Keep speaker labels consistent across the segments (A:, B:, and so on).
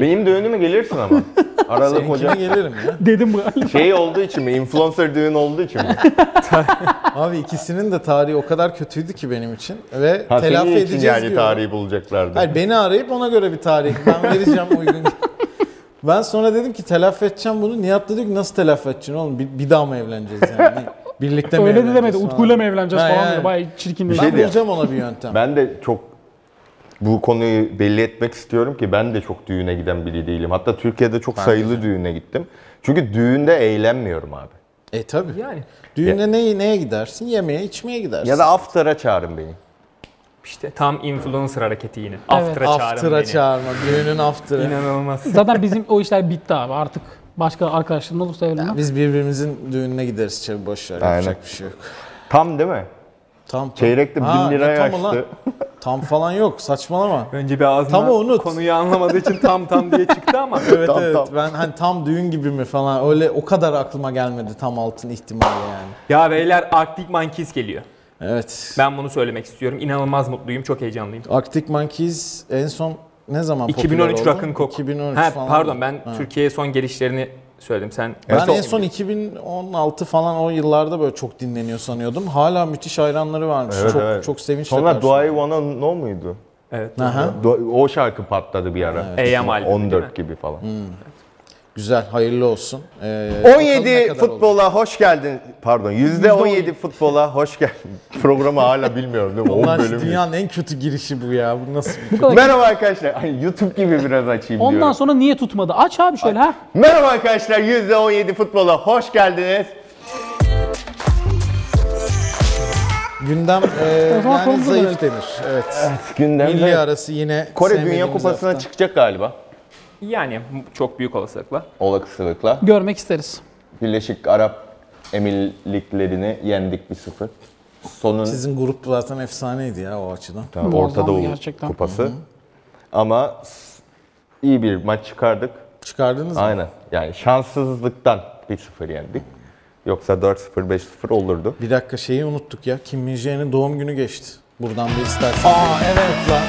A: Benim düğünüme gelirsin ama. Aralık
B: Seninkine
A: Ocak.
B: gelirim ya.
C: Dedim galiba.
A: Şey olduğu için mi? Influencer düğün olduğu için mi?
B: Abi ikisinin de tarihi o kadar kötüydü ki benim için. Ve
A: Ha,
B: telafi
A: senin için
B: edeceğiz
A: yani
B: diyorum.
A: tarihi bulacaklardı.
B: Hayır beni arayıp ona göre bir tarih. Ben vereceğim uygun. ben sonra dedim ki telafi edeceğim bunu. Nihat dedi ki nasıl telafi edeceksin oğlum? Bir, bir daha mı evleneceğiz yani? Birlikte mi
C: Öyle de
B: evleneceğiz
C: demedi.
B: falan?
C: Utku'yla mı evleneceğiz
B: Ha,
C: falan
B: yani.
C: dedi. Bayağı çirkin
A: şey
B: Ben
A: diye.
B: bulacağım ona bir yöntem.
A: Ben de çok bu konuyu belli etmek istiyorum ki ben de çok düğüne giden biri değilim. Hatta Türkiye'de çok sayılı düğüne gittim. Çünkü düğünde eğlenmiyorum abi.
B: E tabii.
D: Yani
B: Düğüne ne, neye gidersin? Yemeğe, içmeye gidersin.
A: Ya da after'a çağırın beni.
D: işte tam influencer hareketi yine. After'a çağırın
B: after'a
D: beni.
B: çağırma. Düğünün after'ı.
D: İnanılmaz.
C: Zaten bizim o işler bitti abi. Artık başka arkadaşlarım olursa evlenmem.
B: Biz birbirimizin düğününe gideriz çabuk boş ver.
A: Aynen.
B: Yapacak bir şey yok.
A: Tam değil mi?
B: Tam. tam.
A: Çeyrekte
B: Ha,
A: bin liraya
B: ne tamı lan?
A: açtı.
B: Tam falan yok. Saçmalama.
D: Önce bir ağzına
B: Tam unut.
D: konuyu anlamadığı için tam tam diye çıktı ama.
B: Evet
A: Tam,
B: evet.
A: tam.
B: Ben hani tam düğün gibi mi falan öyle o kadar aklıma gelmedi tam altın ihtimali yani.
D: ya beyler Arctic Monkeys geliyor.
B: Evet.
D: Ben bunu söylemek istiyorum. İnanılmaz mutluyum. Çok heyecanlıyım.
B: Arctic Monkeys en son ne zaman popüler
D: 2013
B: oldu?
D: Rock'n Coke.
B: 2013
D: ha,
B: falan.
D: Pardon ben
B: Ha.
D: Türkiye'ye son gelişlerini söyledim. Sen
B: Ben
D: Nasıl
B: en son
D: oldu?
B: 2016 falan o yıllarda böyle çok dinleniyor sanıyordum. Hala müthiş hayranları varmış.
A: Evet,
B: çok
A: evet.
B: çok sevinçle
A: Sonra Do I
B: karşıladım.
A: Wanna Know muydu?
D: Evet. E
B: Aha,
A: Do- O şarkı patladı bir ara.
D: AM albümü
A: 14 gibi falan.
B: güzel hayırlı olsun. Ee, bakalım ne
A: 17
B: kadar olacak.
A: futbola hoş geldin. Pardon %17 futbola hoş geldin. Programı hala bilmiyorum değil mi? 10
B: Ulan şu
A: bölüm.
B: dünyanın en kötü girişi bu ya. Bu nasıl?
C: Bu kadar.
A: Merhaba arkadaşlar. Ay, YouTube gibi biraz açayım
C: Ondan
A: diyorum.
C: sonra niye tutmadı? Aç abi şöyle ha.
A: Merhaba arkadaşlar. %17 futbola hoş geldiniz.
B: Gündem e,
C: zaman
B: yani
C: konumuza
B: zayıf
C: dönelim.
B: denir. Evet. Milli
A: Gündemde
B: arası yine
A: Kore Dünya
B: sevmediğimiz
A: Kupası'na
B: hafta.
A: çıkacak galiba.
D: Yani çok büyük olasılıkla.
A: Olasılıkla.
C: Görmek isteriz.
A: Birleşik Arap Emirliklerini yendik 1-0. Sonun
B: Sizin grup zaten efsaneydi ya o açıdan.
A: Tamam,
C: Muazzamdı
A: Orta Doğu
C: gerçekten.
A: Kupası. Ama s- iyi bir maç çıkardık.
B: Çıkardınız mı?
A: Aynen. Yani şanssızlıktan 1-0 yendik. Yoksa 4-0 5-0 olurdu.
B: Bir dakika şeyi unuttuk ya. Kim Min Jae'nin doğum günü geçti. Buradan bir istersen. Aa evet lan.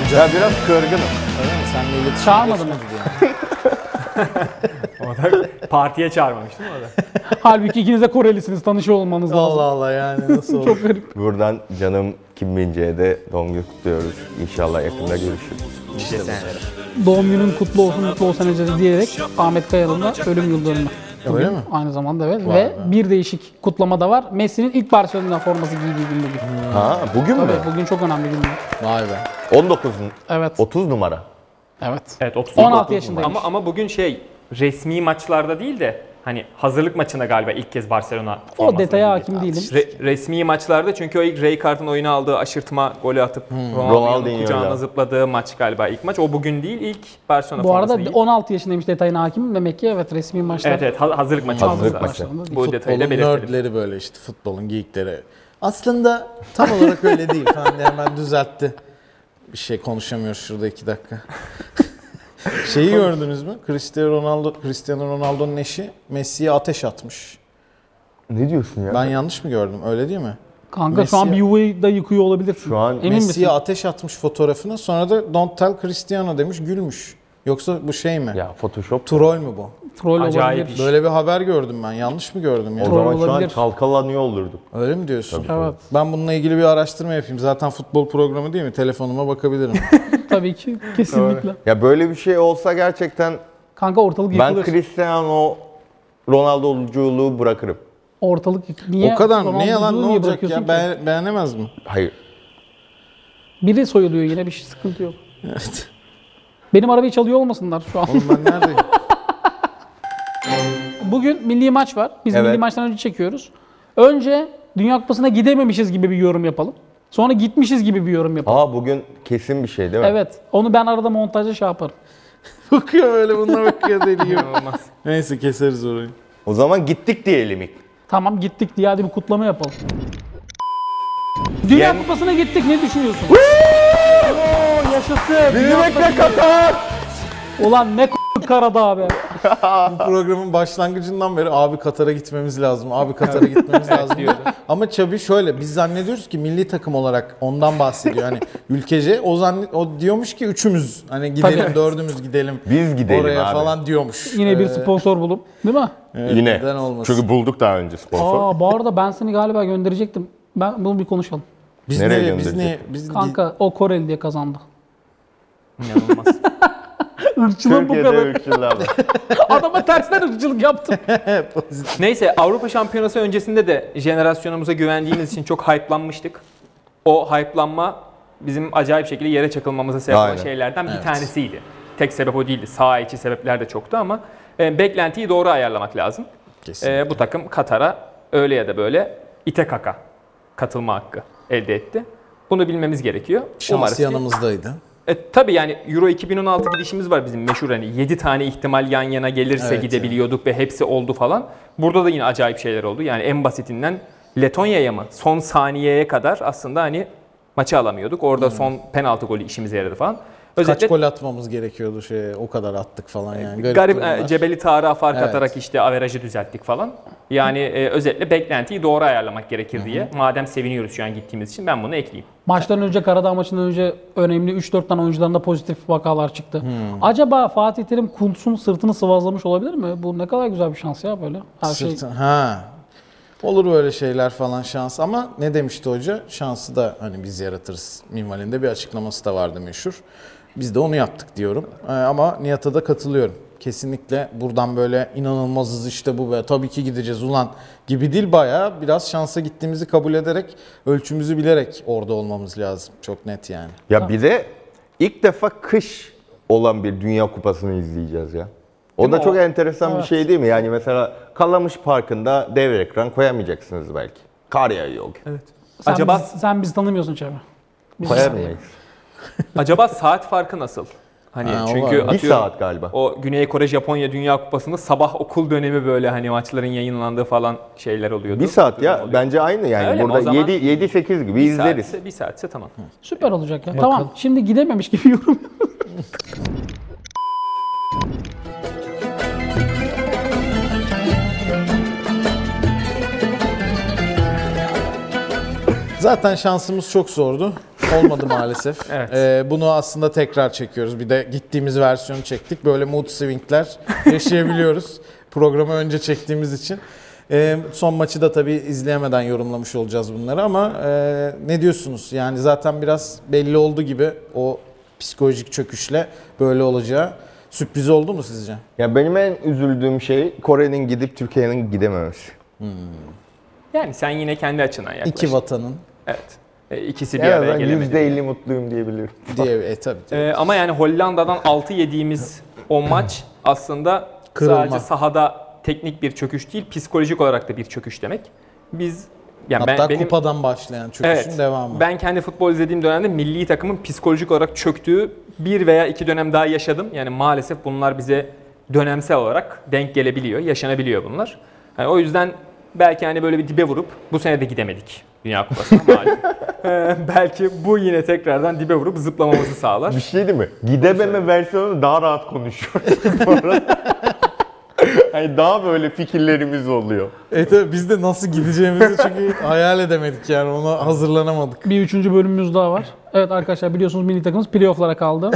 A: Ya
B: cevap
A: biraz kırgınım.
B: verir misin? Senle iletişim
C: Çağırmadın mı?
B: geçmedi diye.
D: Orada partiye çağırmamıştım orada.
C: Halbuki ikiniz de Korelisiniz. Tanışıyor olmanız lazım.
B: Allah Allah yani nasıl olur?
C: Çok garip.
A: Buradan canım Kim Mince'ye de doğum günü kutluyoruz. İnşallah yakında görüşürüz.
C: Doğum günün kutlu olsun, mutlu olsun Ece diyerek Ahmet Kayalı'nın da ölüm yıl dönümü.
B: Öyle mi?
C: Aynı zamanda evet. Ve bir değişik kutlama da var. Messi'nin ilk Barcelona forması giydiği gün bugün.
A: Ha bugün mü?
C: Tabii bugün çok önemli gün.
B: Vay be.
A: 19
C: Evet.
A: 30 numara.
C: Evet.
D: Evet 30
C: 16 yaşındaymış.
D: Ama ama bugün şey resmi maçlarda değil de hani hazırlık maçına galiba ilk kez Barcelona
C: O
D: formasını
C: detaya
D: giydi.
C: hakim değilim.
D: Re- resmi maçlarda çünkü o ilk Ray Kart'ın oyuna aldığı aşırtma golü atıp
B: Hmm,
D: Ronaldo'nun
A: Ronaldinho'yla.
D: kucağına zıpladığı maç galiba ilk maç. O bugün değil ilk Barcelona
C: Bu
D: formasını
C: arada
D: giydi.
C: 16 yaşındaymış detayına hakim. Demek ki evet resmi maçlar.
D: Evet evet ha- hazırlık maçı.
A: Hazırlık
D: olması
A: maçı.
D: lazım.
C: Maçlarında değil.
D: Bu detayı da
B: Futbolun
D: belirtelim.
B: nerdleri böyle işte futbolun geekleri. Aslında tam olarak öyle değil falan diye hemen düzeltti. Bir şey konuşamıyoruz şurada iki dakika. Şeyi gördünüz mü? Cristiano Ronaldo Cristiano Ronaldo'nun eşi Messi'ye ateş atmış.
A: Ne diyorsun ya?
B: Ben yanlış mı gördüm? Öyle değil mi?
C: Kanka şu an bir
B: Messi-
C: yuvayı da yıkıyor olabilirsin.
A: Şu an
C: Emin
B: Messi'ye
C: misin?
B: ateş atmış fotoğrafını. Sonra da Don't tell Cristiano demiş, gülmüş. Yoksa bu şey mi?
A: Ya Photoshop.
B: Troll mü bu?
C: Troll
D: Acayip
C: olabilir.
D: iş.
B: Böyle bir haber gördüm ben. Yanlış mı gördüm
A: O
B: ya?
C: Troll
A: zaman şu an
C: olabilir.
A: çalkalanıyor olurduk.
B: Öyle mi diyorsun?
C: Evet.
B: Ben bununla ilgili bir araştırma yapayım. Zaten futbol programı değil mi? Telefonuma bakabilirim.
C: Tabii ki. Kesinlikle.
A: Ya böyle bir şey olsa gerçekten
C: Kanka ortalık
A: ben
C: yıkılır.
A: Cristiano Ronaldo'culuğu bırakırım.
C: Ortalık yık- Niye?
B: o kadar mı? Ne
C: Ronaldo'yu
B: yalan ne
C: niye
B: olacak
C: bırakıyorsun
B: ya?
C: ki?
B: Beğen- beğenemez mi?
A: Hayır.
C: Biri soyuluyor yine bir şey sıkıntı yok.
B: Evet.
C: Benim arabayı çalıyor olmasınlar şu an.
B: Oğlum ben neredeyim?
C: Bugün milli maç var. Biz
A: Evet.
C: milli maçtan önce çekiyoruz. Önce Dünya Kupası'na gidememişiz gibi bir yorum yapalım. Sonra gitmişiz gibi bir yorum yapalım.
A: Aa bugün kesin bir şey değil mi?
C: Evet. Onu ben arada montajda şey yaparım.
B: bakıyor böyle bununla bakıyor deli gibi.
D: İnanılmaz.
B: Neyse keseriz orayı.
A: O zaman gittik diyelim ilk.
C: Tamam gittik diye hadi bir kutlama yapalım. Dünya
A: Yen-
C: Kupası'na gittik ne düşünüyorsun? Oo, yaşasın. Dünya
A: Yürümekle
C: Kupası-
A: Katar!
C: Ulan ne k- karada abi.
B: bu programın başlangıcından beri abi Katar'a gitmemiz lazım. Abi Katar'a gitmemiz lazım diyor. Ama Çabi şöyle biz zannediyoruz ki milli takım olarak ondan bahsediyor. Hani ülkece o zann o diyormuş ki üçümüz hani gidelim
C: Tabii.
B: dördümüz gidelim.
A: Biz gidelim
B: oraya
A: abi.
B: falan diyormuş.
C: Yine bir
B: Ee,
C: sponsor bulup. Değil mi?
B: evet,
A: Yine.
B: Neden olmasın?
A: Çünkü bulduk daha önce sponsor.
C: Aa bu arada ben seni galiba gönderecektim. Ben bunu bir konuşalım.
B: biz
A: Nereye
B: nereye biz ne
A: gönderecek?
B: biz
C: Kanka o Koreli diye kazandı.
D: İnanılmaz.
C: Irkçılığın bu
A: Türkiye'de
C: kadar.
A: ırkçılar var.
C: Adama tersten ırkçılık yaptım.
D: Neyse Avrupa Şampiyonası öncesinde de jenerasyonumuza güvendiğimiz için çok hype'lanmıştık. O hype'lanma bizim acayip şekilde yere çakılmamıza sebep olan
A: Aynen.
D: şeylerden bir
B: Evet.
D: tanesiydi. Tek sebep o değildi. Sağ içi sebepler de çoktu ama e, beklentiyi doğru ayarlamak lazım.
B: Kesin.
D: E, bu takım Katar'a öyle ya da böyle ite kaka katılma hakkı elde etti. Bunu bilmemiz gerekiyor. Umarız
B: Şans
D: ki-
B: yanımızdaydı.
D: E, tabii yani Euro 2016 gidişimiz var bizim meşhur hani 7 tane ihtimal yan yana gelirse
B: Evet,
D: gidebiliyorduk ve hepsi oldu falan. Burada da yine acayip şeyler oldu. Yani en basitinden Letonya'ya mı son saniyeye kadar aslında hani maçı alamıyorduk. Orada son penaltı golü işimize yaradı falan.
B: Hmm. Kaç
D: Özetle
B: gol atmamız gerekiyordu şey o kadar attık falan yani. Garip,
D: garip
B: durumlar.
D: e, Cebeli Tarık'a fark
B: Evet.
D: atarak işte averajı düzelttik falan. Yani e, özetle beklentiyi doğru ayarlamak gerekir diye. Madem seviniyoruz şu an gittiğimiz için ben bunu ekleyeyim.
C: Maçtan önce Karadağ maçından önce önemli 3-4 tane oyuncularında pozitif vakalar çıktı.
B: Hmm.
C: Acaba Fatih Terim Kuntz'un sırtını sıvazlamış olabilir mi? Bu ne kadar güzel bir şans ya böyle. Her şey
B: Sırtı- Ha. Olur böyle şeyler falan şans ama ne demişti hoca? Şansı da hani biz yaratırız minvalinde bir açıklaması da vardı meşhur. Biz de onu yaptık diyorum. Ee, ama Nihat'a da katılıyorum. Kesinlikle buradan böyle inanılmazız işte bu ve tabii ki gideceğiz ulan gibi değil bayağı biraz şansa gittiğimizi kabul ederek ölçümüzü bilerek orada olmamız lazım. Çok net yani.
A: Ya bir de ilk defa kış olan bir Dünya Kupası'nı izleyeceğiz ya. O
D: Değil
A: da
D: mi?
A: çok
D: O-
A: enteresan bir şey değil mi? Yani mesela Kalamış Parkı'nda dev ekran koyamayacaksınız belki. Kar yağıyor. Evet.
C: Sen,
D: Acaba-
C: biz- sen bizi tanımıyorsun Çevre. Biz-
A: Koyamayız.
D: Acaba saat farkı nasıl? Hani
B: Ha, o var.
D: çünkü
B: Bir
D: atıyorum,
A: saat galiba.
D: O Güney Kore Japonya Dünya Kupası'nda sabah okul dönemi böyle hani maçların yayınlandığı falan şeyler oluyordu.
A: Bir saat
D: Durum
A: ya
D: oluyor.
A: bence aynı yani.
D: Öyle mi? O
A: Burada
D: zaman
A: 7 7 8 gibi
D: bir
A: izleriz.
D: saatse, bir saatse tamam.
C: Süper olacak ya. Tamam şimdi gidememiş gibi yorum
B: Zaten şansımız çok zordu. Olmadı maalesef.
D: Evet.
B: Ee, bunu aslında tekrar çekiyoruz. Bir de gittiğimiz versiyonu çektik. Böyle mood swingler yaşayabiliyoruz. Programı önce çektiğimiz için. Ee, son maçı da tabii izleyemeden yorumlamış olacağız bunları ama e, ne diyorsunuz? Yani zaten biraz belli oldu gibi o psikolojik çöküşle böyle olacağı. Sürpriz oldu mu sizce?
A: Ya benim en üzüldüğüm şey Kore'nin gidip Türkiye'nin gidememesi.
D: Yani sen yine kendi açından yaklaş.
B: İki vatanın
D: Evet. E, ikisi bir
A: En
D: araya
A: azından
D: gelemedi.
A: %50 mutluyum diyebilirim.
B: diye. E tabii.
D: E, ama yani Hollanda'dan 6 yediğimiz o maç aslında
B: Kırılma.
D: sadece sahada teknik bir çöküş değil, psikolojik olarak da bir çöküş demek. Biz yani ben,
B: Hatta
D: benim
B: kupadan başlayan çöküşün devamı.
D: Ben kendi futbol izlediğim dönemde milli takımın psikolojik olarak çöktüğü bir veya iki dönem daha yaşadım. Yani maalesef bunlar bize dönemsel olarak denk gelebiliyor, yaşanabiliyor bunlar. Yani o yüzden belki hani böyle bir dibe vurup bu sene de gidemedik Dünya Kupası'na malum. Ee, belki bu yine tekrardan dibe vurup zıplamamızı sağlar.
A: Bir şey değil mi? Gidememe versiyonu daha rahat konuşuyoruz bu arada. Yani daha böyle fikirlerimiz oluyor.
B: E tabii biz de nasıl gideceğimizi çünkü hayal edemedik yani ona hazırlanamadık.
C: Bir üçüncü bölümümüz daha var. Evet arkadaşlar biliyorsunuz milli takımımız playofflara kaldı.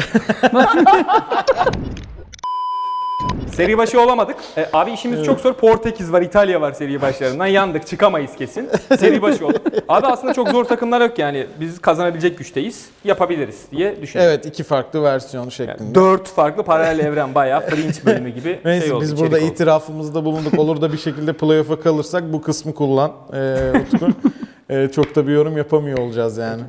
D: Seri başı olamadık. E, abi işimiz çok zor. Portekiz var, İtalya var seri başlarından. Yandık, çıkamayız kesin. Seri başı olduk. Abi aslında çok zor takımlar yok yani. Biz kazanabilecek güçteyiz. Yapabiliriz diye düşünüyorum.
B: Evet iki farklı versiyon şeklinde.
D: Dört farklı paralel evren bayağı Fringe bölümü gibi
B: Neyse
D: şey oldu.
B: biz
D: içerik
B: burada
D: oldu.
B: itirafımızda bulunduk. Olur da bir şekilde playoff'a kalırsak bu kısmı kullan ee, Utku. Ee, çok da bir yorum yapamıyor olacağız yani.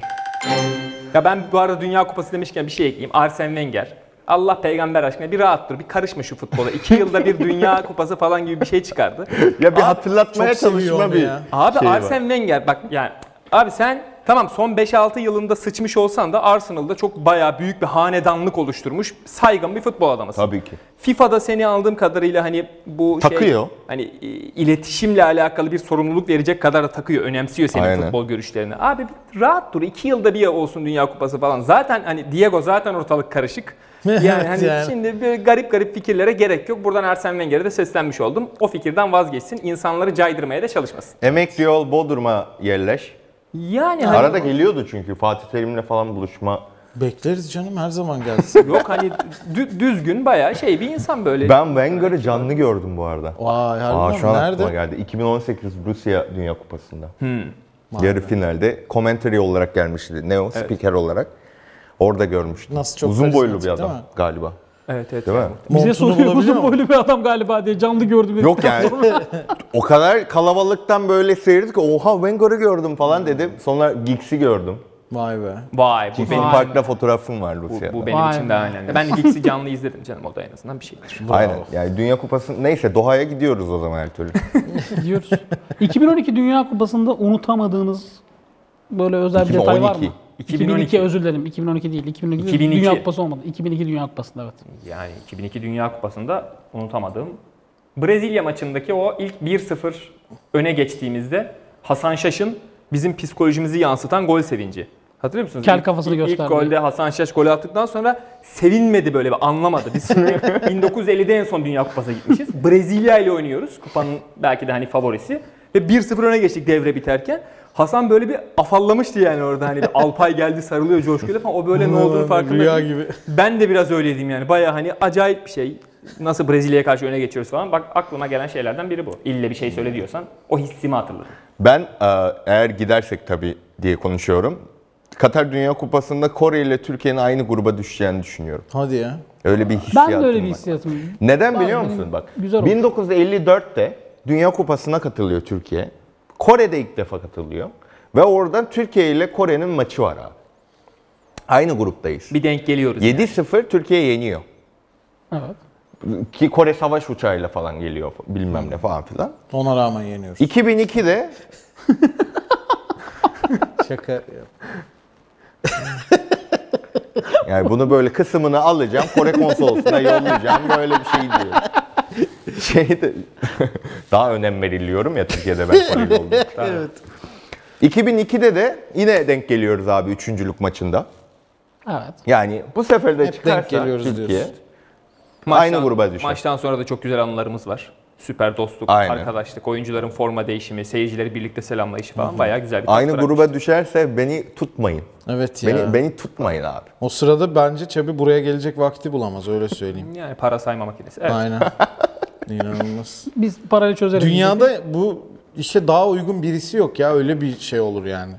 D: Ya ben bu arada Dünya Kupası demişken bir şey ekleyeyim. Arsene Wenger. Allah peygamber aşkına bir rahat dur, bir karışma şu futbola. İki yılda bir Dünya Kupası falan gibi bir şey çıkardı.
A: Ya bir
D: Abi,
A: hatırlatmaya
B: çok seviyor
A: çalışma
B: onu
A: bir
B: ya.
D: Abi
A: şey var.
D: Arsene Wenger bak yani abi sen Tamam son 5-6 yılında sıçmış olsan da Arsenal'da çok bayağı büyük bir hanedanlık oluşturmuş saygın bir futbol adamısın.
A: Tabii ki.
D: FIFA'da seni aldığım kadarıyla hani bu
A: Takıyor.
D: şey hani e, iletişimle alakalı bir sorumluluk verecek kadar da takıyor, önemsiyor senin
A: Aynen.
D: futbol görüşlerini. Abi bir rahat dur. 2 yılda bir olsun Dünya Kupası falan. Zaten hani Diego zaten ortalık karışık. Yani
B: Evet
D: hani
B: yani.
D: şimdi böyle garip garip fikirlere gerek yok. Buradan Arsene Wenger'e de seslenmiş oldum. O fikirden vazgeçsin. İnsanları caydırmaya da çalışmasın.
A: Emekli ol Bodrum'a yerleş.
D: Yani hani
A: Arada geliyordu çünkü Fatih Terim'le falan buluşma.
B: Bekleriz canım her zaman gelsin.
D: yok hani dü- düzgün bayağı şey bir insan böyle.
A: Ben Wenger'ı canlı gördüm bu arada.
B: Vay
A: Aa,
B: harbiden
A: şu an
B: mi?
A: aklıma
B: nerede? Hmm.
A: geldi. 2018 Rusya Dünya Kupası'nda. Yarı finalde commentary olarak gelmişti. Neo spiker olarak. Orada görmüştüm.
B: Nasıl çok
A: Uzun boylu bir
B: karizmatik,
A: adam
B: değil mi?
A: galiba.
D: Evet evet.
A: Değil mi?
C: Bize
B: Montunu
C: soruyor
B: bulabiliyor
C: uzun
B: mu?
C: boylu bir adam galiba diye canlı gördüm. dedi.
A: Yok yani. o kadar kalabalıktan böyle seyirdik ki oha Wenger'ı gördüm falan dedim. Sonra Giggs'i gördüm.
B: Vay be.
D: Vay bu
A: Benim
D: benim
A: parkta fotoğrafım var
D: bu,
A: Rusya'da.
D: bu benim
C: Vay
D: için
C: be.
D: daha önemli. Ben Giggs'i canlı izledim canım o da en azından bir şey. şeydir.
A: Aynen. Yani Dünya Kupası neyse Doha'ya gidiyoruz o zaman her türlü.
C: Diyoruz. 2012 Dünya Kupası'nda unutamadığınız böyle özel bir detay var mı?
A: 2012.
C: 2012. özür dilerim. 2012 değil. 2012,
D: 2002.
C: Dünya Kupası olmadı. 2002 Dünya Kupası'nda evet.
D: Yani 2002 Dünya Kupası'nda unutamadığım Brezilya maçındaki o ilk 1-0 öne geçtiğimizde Hasan Şaş'ın bizim psikolojimizi yansıtan gol sevinci. Hatırlıyor musunuz?
C: Kel
D: İlk-
C: kafasını
D: ilk,
C: gösterdi.
D: İlk golde Hasan Şaş golü attıktan sonra sevinmedi böyle bir anlamadı. Biz şimdi 1950'de en son Dünya Kupası'na gitmişiz. Brezilya ile oynuyoruz. Kupanın belki de hani favorisi. Ve 1-0 öne geçtik devre biterken. Hasan böyle bir afallamıştı yani orada hani bir Alpay geldi sarılıyor coşkuyla falan. O böyle ne olduğunu farkında
B: Rüya
D: değil.
B: gibi.
D: Ben de biraz öyleydim yani. Baya hani acayip bir şey. Nasıl Brezilya'ya karşı öne geçiyoruz falan. Bak aklıma gelen şeylerden biri bu. İlle bir şey
B: Hmm.
D: söyle diyorsan o hissimi hatırladım.
A: Ben e, eğer gidersek tabii diye konuşuyorum. Katar Dünya Kupası'nda Kore ile Türkiye'nin aynı gruba düşeceğini düşünüyorum.
B: Hadi ya.
A: Öyle bir hissiyatım
C: Ben de öyle bir
A: var.
C: hissiyatım.
A: Neden
C: Ben
A: biliyor
C: benim-
A: musun bak?
C: güzel olmuş.
A: 1954'te Dünya Kupası'na katılıyor Türkiye. Kore'de ilk defa katılıyor. Ve oradan Türkiye ile Kore'nin maçı var abi. Aynı gruptayız.
D: Bir denk geliyoruz.
A: 7-0 Türkiye yeniyor.
C: Evet.
A: Ki Kore savaş uçağıyla falan geliyor bilmem ne falan filan.
B: Ona rağmen yeniyoruz.
A: 2002'de
B: Şaka. yap.
A: yani bunu böyle kısmını alacağım Kore konsolosuna yollayacağım böyle bir şey diyor. Şey de daha önem veriliyorum ya Türkiye'de ben Koreli olduğum için.
B: evet.
A: 2002'de de yine denk geliyoruz abi üçüncülük maçında.
C: Evet.
A: Yani bu sefer de
B: Hep
A: çıkarsa
B: denk geliyoruz
A: Türkiye
B: diyorsun.
A: aynı gruba düşer.
D: Maçtan sonra da çok güzel anılarımız var. Süper dostluk,
A: Aynen.
D: arkadaşlık, oyuncuların forma değişimi, seyircileri birlikte selamlayışı falan bayağı güzel bir tat
A: aynı
D: bırakmış.
A: gruba düşerse beni tutmayın.
B: Evet ya.
A: Beni beni tutmayın abi.
B: O sırada bence Çabi buraya gelecek vakti bulamaz öyle söyleyeyim.
D: Yani para sayma makinesi. Evet.
B: Aynen. İnanılmaz.
C: Biz parayı çözeriz.
B: Dünyada bu işe daha uygun birisi yok ya öyle bir şey olur yani.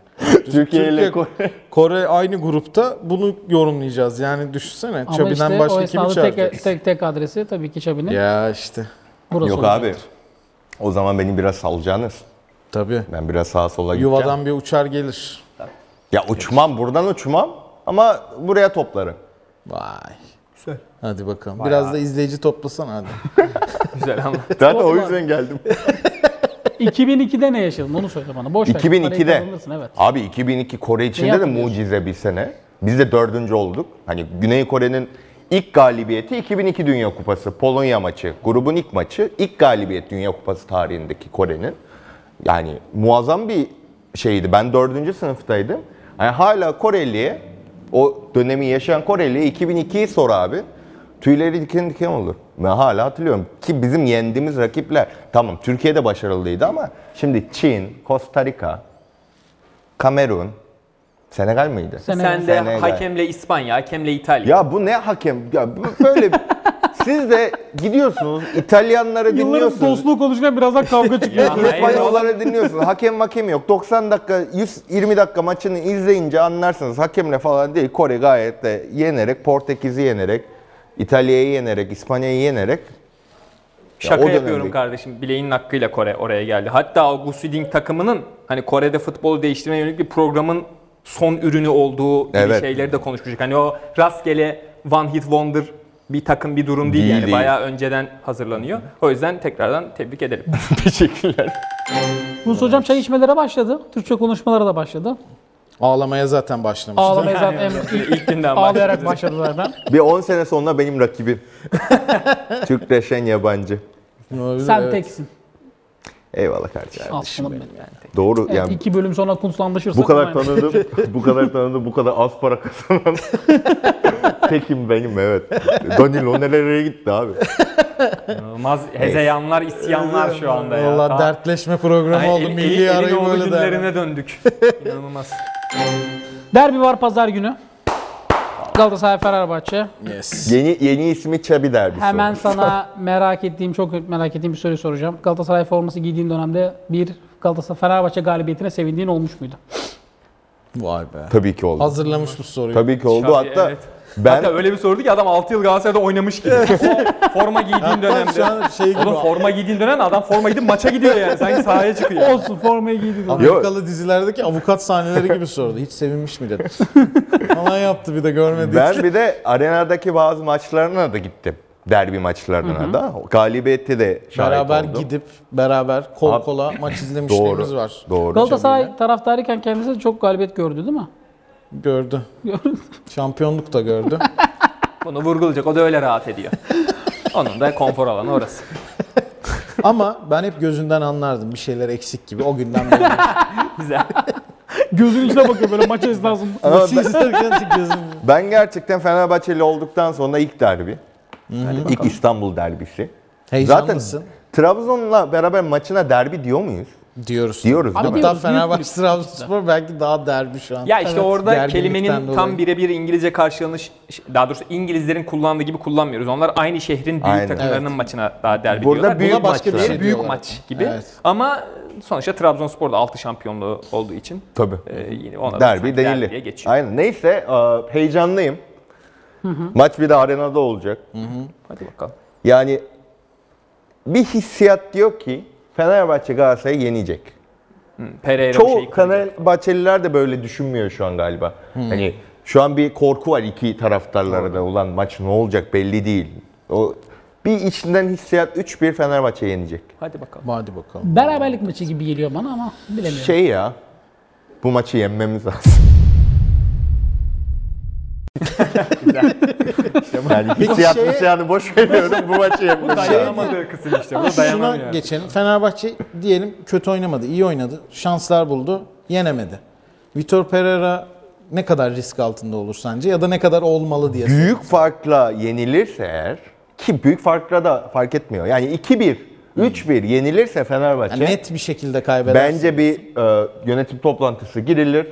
A: Türkiye ile Kore.
B: Kore aynı grupta bunu yorumlayacağız. Yani düşünsene
C: Ama
B: Çabi'den
C: işte o
B: başka kimi
C: esnada
B: çağıracağız?
C: tek, tek, tek adresi tabii ki Çabi'nin.
B: Ya işte.
C: Burası
A: Yok
C: olacak.
A: abi. O zaman beni biraz salacaksınız.
B: Tabii.
A: Ben biraz sağa sola gideceğim.
B: Yuvadan bir uçar gelir.
A: Ya uçmam buradan uçmam ama buraya toplarım.
B: Vay.
D: Güzel.
B: Hadi bakalım. Biraz da izleyici toplasan hadi.
D: Güzel anlar.
A: Zaten o yüzden geldim.
C: 2002'de ne yaşadın onu söyle bana. Boş ver. Parayı
A: 2002'de.
C: kazanırsın, evet.
A: Abi 2002 Kore içinde de
C: yapıyorsun?
A: mucize bir sene. Biz de dördüncü olduk. Hani Güney Kore'nin ilk galibiyeti 2002 Dünya Kupası. Polonya maçı. Grubun ilk maçı. ilk galibiyet Dünya Kupası tarihindeki Kore'nin. Yani muazzam bir şeydi. Ben dördüncü sınıftaydım. Yani hala Koreli'ye, o dönemi yaşayan Koreli'ye 2002'yi sor abi. Tüyleri diken diken olur. Ben hala hatırlıyorum ki bizim yendiğimiz rakipler tamam Türkiye'de başarılıydı ama şimdi Çin, Costa Rica, Kamerun, Senegal mıydı?
C: Sen-
D: Sen de
A: Senegal.
D: hakemle İspanya, hakemle İtalya.
A: Ya bu ne hakem? Ya bu- böyle siz de gidiyorsunuz İtalyanlara
C: Yılların
A: dinliyorsunuz.
C: dostluğu konuşurken birazdan kavga çıkıyor.
D: Ya. hayır
A: İspanyollara dinliyorsunuz. Hakem hakem yok. 90 dakika 120 dakika maçını izleyince anlarsınız. Hakemle falan değil. Kore gayet de yenerek Portekiz'i yenerek İtalya'yı yenerek, İspanya'yı yenerek
D: Şaka
A: o dönemde-
D: yapıyorum kardeşim. Bileğinin hakkıyla Kore oraya geldi. Hatta o Gusuding takımının hani Kore'de futbolu değiştirmeye yönelik bir programın son ürünü olduğu gibi
A: Evet.
D: şeyleri de konuşmuştuk. Hani o rastgele one hit wonder bir takım bir durum değil,
A: Değil,
D: yani.
A: değil.
D: Bayağı önceden hazırlanıyor. O yüzden tekrardan tebrik edelim.
A: teşekkürler.
C: Yunus Hocam çay içmelere başladı. Türkçe konuşmalara da başladı.
B: Ağlamaya zaten başlamış.
C: Ağlamaya zaten
D: İlk günden
C: ağlayarak başladı zaten.
A: Bir 10 sene sonra benim rakibim. Türk Reşen yabancı.
C: Sen teksin.
A: Eyvallah kardeşim.
C: Aslanım benim.
A: Doğru
C: Evet,
A: yani
C: iki bölüm sonra kunslanlaşırsak.
A: bu kadar
C: aynen.
A: tanıdım, bu kadar tanıdım, bu kadar az para kazanan. Tekim benim evet. Danilo nerelere gitti abi?
D: İnanılmaz hezeyanlar, isyanlar şu anda ya.
B: Valla
D: Daha-
B: dertleşme programı
D: Ay,
B: oldu.
D: el-
B: Milli
D: el- elin
B: arayı
D: oğlu
B: böyle
D: günlerine
B: der.
D: döndük. İnanılmaz.
C: Derbi var pazar günü. Galatasaray Fenerbahçe.
B: Yes.
A: Yeni yeni ismi Çabi derbisi.
C: Hemen
A: olmuş.
C: sana merak ettiğim, çok merak ettiğim bir soru soracağım. Galatasaray forması giydiğin dönemde bir Galatasaray Fenerbahçe galibiyetine sevindiğin olmuş muydu?
B: Vay be.
A: Tabii ki oldu.
B: Hazırlamış bu soruyu.
A: Tabii ki oldu.
D: Çabi,
A: Hatta
D: evet.
A: ben
D: Hatta öyle bir sordu ki adam 6 yıl Galatasaray'da oynamış gibi. O forma giydiğin
B: Bak şu
D: dönemde.
B: an şey gibi.
D: Oğlum forma giydiğin dönem adam forma gidip maça gidiyor yani. Sanki sahaya çıkıyor.
C: Olsun formayı giydin.
B: Amerikalı dizilerdeki avukat sahneleri gibi sordu. Hiç sevinmiş miydin? Falan yaptı bir de görmedi.
A: ben bir de arenadaki bazı maçlarına da gittim. Derbi maçlarına da. Galibiyeti de şahit
B: Beraber
A: oldum.
B: gidip beraber kol
A: Abi-
B: kola maç izlemişliğimiz
A: Doğru.
B: var.
A: Doğru.
C: Galatasaray taraftarıyken kendisi çok galibiyet gördü değil mi?
B: Gördü. Şampiyonluk da gördü.
D: Bunu vurgulayacak. O da öyle rahat ediyor. Onun da konfor alanı orası.
B: Ama ben hep gözünden anlardım bir şeyler eksik gibi. O günden beri.
D: Güzel.
C: Gözünün içine bakıyor böyle maça esnasında.
A: Ama
B: Maçı izlerken çık gözüm.
A: Ben gerçekten Fenerbahçeli olduktan sonra ilk derbi. Yani ilk İstanbul derbisi. Zaten
B: Heyecanlısın
A: Trabzon'la beraber maçına derbi diyor muyuz?
B: diyoruz.
A: Diyoruz
C: Abi
A: değil mi?
C: diyor-
B: Hatta
C: Diyoruz, büyük
B: Fenerbahçe
C: kulüp.
B: Trabzonspor belki daha derbi şu an.
D: Ya işte
B: Evet.
D: orada
B: Gerginlikten
D: kelimenin
B: dolayı.
D: tam birebir İngilizce karşılığını ş- ş- daha doğrusu İngilizlerin kullandığı gibi kullanmıyoruz. Onlar aynı şehrin büyük
A: Aynen.
D: takımlarının maçına daha derbi
A: Burada
D: diyorlar.
A: büyük
B: Buna başka bir
A: maçlar.
B: şey
D: bir büyük
B: diyorlar.
D: maç gibi.
B: Evet.
D: Ama sonuçta Trabzonspor da 6 şampiyonluğu olduğu için
A: Tabii.
D: e, yine ona da
A: derbi
D: sanki
A: denili.
D: derbiye geçiyor.
A: Aynen. Neyse e, heyecanlıyım. Maç bir de arenada olacak.
D: Hadi bakalım.
A: Yani bir hissiyat diyor ki Fenerbahçe Galatasaray'ı yenecek.
D: Pereira şey bu şeyi
A: Çoğu
D: kıracak.
A: Fenerbahçeliler de böyle düşünmüyor şu an galiba.
D: Hmm.
A: Hani şu an bir korku var iki taraftarlara da ulan maç ne olacak belli değil. O bir içinden hissiyat 3-1 Fenerbahçe yenecek.
D: Hadi bakalım.
B: Hadi bakalım.
C: Beraberlik maçı gibi geliyor bana ama bilemiyorum.
A: Şey ya bu maçı yenmemiz lazım. yani hissiyat
B: şeye-
A: hissiyatı boş veriyorum bu maçı yenmemiz
D: Şey-
A: lazım.
D: Dayanamadığı kısım işte. Bu
B: Şuna
D: dayanamıyor.
B: geçelim. Fenerbahçe diyelim kötü oynamadı, iyi oynadı. Şanslar buldu, yenemedi. Vitor Pereira ne kadar risk altında olur sence ya da ne kadar olmalı diye.
A: büyük farkla yenilirse eğer ki büyük farkla da fark etmiyor. Yani 2-1, 3-1 yenilirse Fenerbahçe
B: Yani net bir şekilde kaybeder.
A: bence bir e, yönetim toplantısı girilir.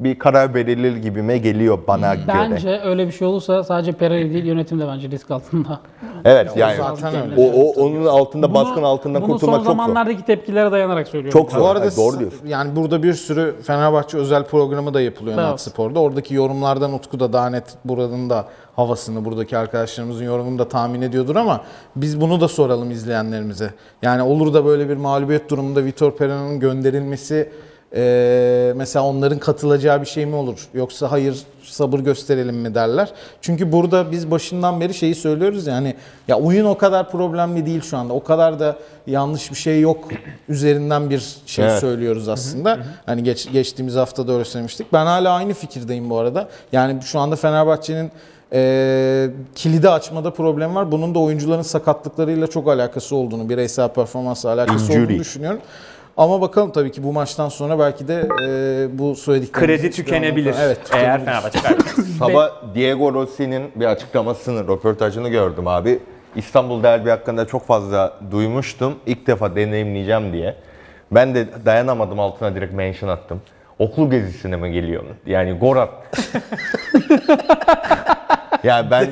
A: Bir karar verilir gibime geliyor bana
C: Hmm. Bence
A: göre.
C: öyle bir şey olursa sadece Pereira değil yönetim de bence risk altında.
A: Evet yani
B: zaten öyle.
A: o, o onun altında baskın altında
C: Bunu
A: kurtulmak çok
C: son
A: zor.
C: zamanlardaki tepkilere dayanarak söylüyorum.
A: Çok zor.
B: Bu arada
A: Hayır, doğru diyorsun.
B: yani burada bir sürü Fenerbahçe özel programı da yapılıyor
C: Evet.
B: Nat Spor'da. Oradaki yorumlardan Utku da daha net buranın da havasını, buradaki arkadaşlarımızın yorumunu da tahmin ediyordur ama biz bunu da soralım izleyenlerimize. Yani olur da böyle bir mağlubiyet durumunda Vitor Pereira'nın gönderilmesi eee, mesela onların katılacağı bir şey mi olur? Yoksa hayır sabır gösterelim mi derler. Çünkü burada biz başından beri şeyi söylüyoruz yani ya oyun o kadar problemli değil şu anda. O kadar da yanlış bir şey yok üzerinden bir şey
A: Evet.
B: söylüyoruz aslında. Hani geç, geçtiğimiz hafta da öyle söylemiştik. Ben hala aynı fikirdeyim bu arada. Yani şu anda Fenerbahçe'nin eee kilidi açmada problem var. Bunun da oyuncuların sakatlıklarıyla çok alakası olduğunu, bireysel performansla alakası
A: Injury.
B: olduğunu düşünüyorum. Ama bakalım tabii ki bu maçtan sonra belki de eee, bu söylediklerimiz...
D: Kredi tükenebilir.
B: Evet.
D: Eğer Fenerbahçe kaybederse.
A: Sabah Diego Rossi'nin bir açıklamasını, röportajını gördüm abi. İstanbul derbi hakkında çok fazla duymuştum. İlk defa deneyimleyeceğim diye. Ben de dayanamadım altına direkt mention attım. Okul gezisine mi geliyor? Yani Gorat. ya ben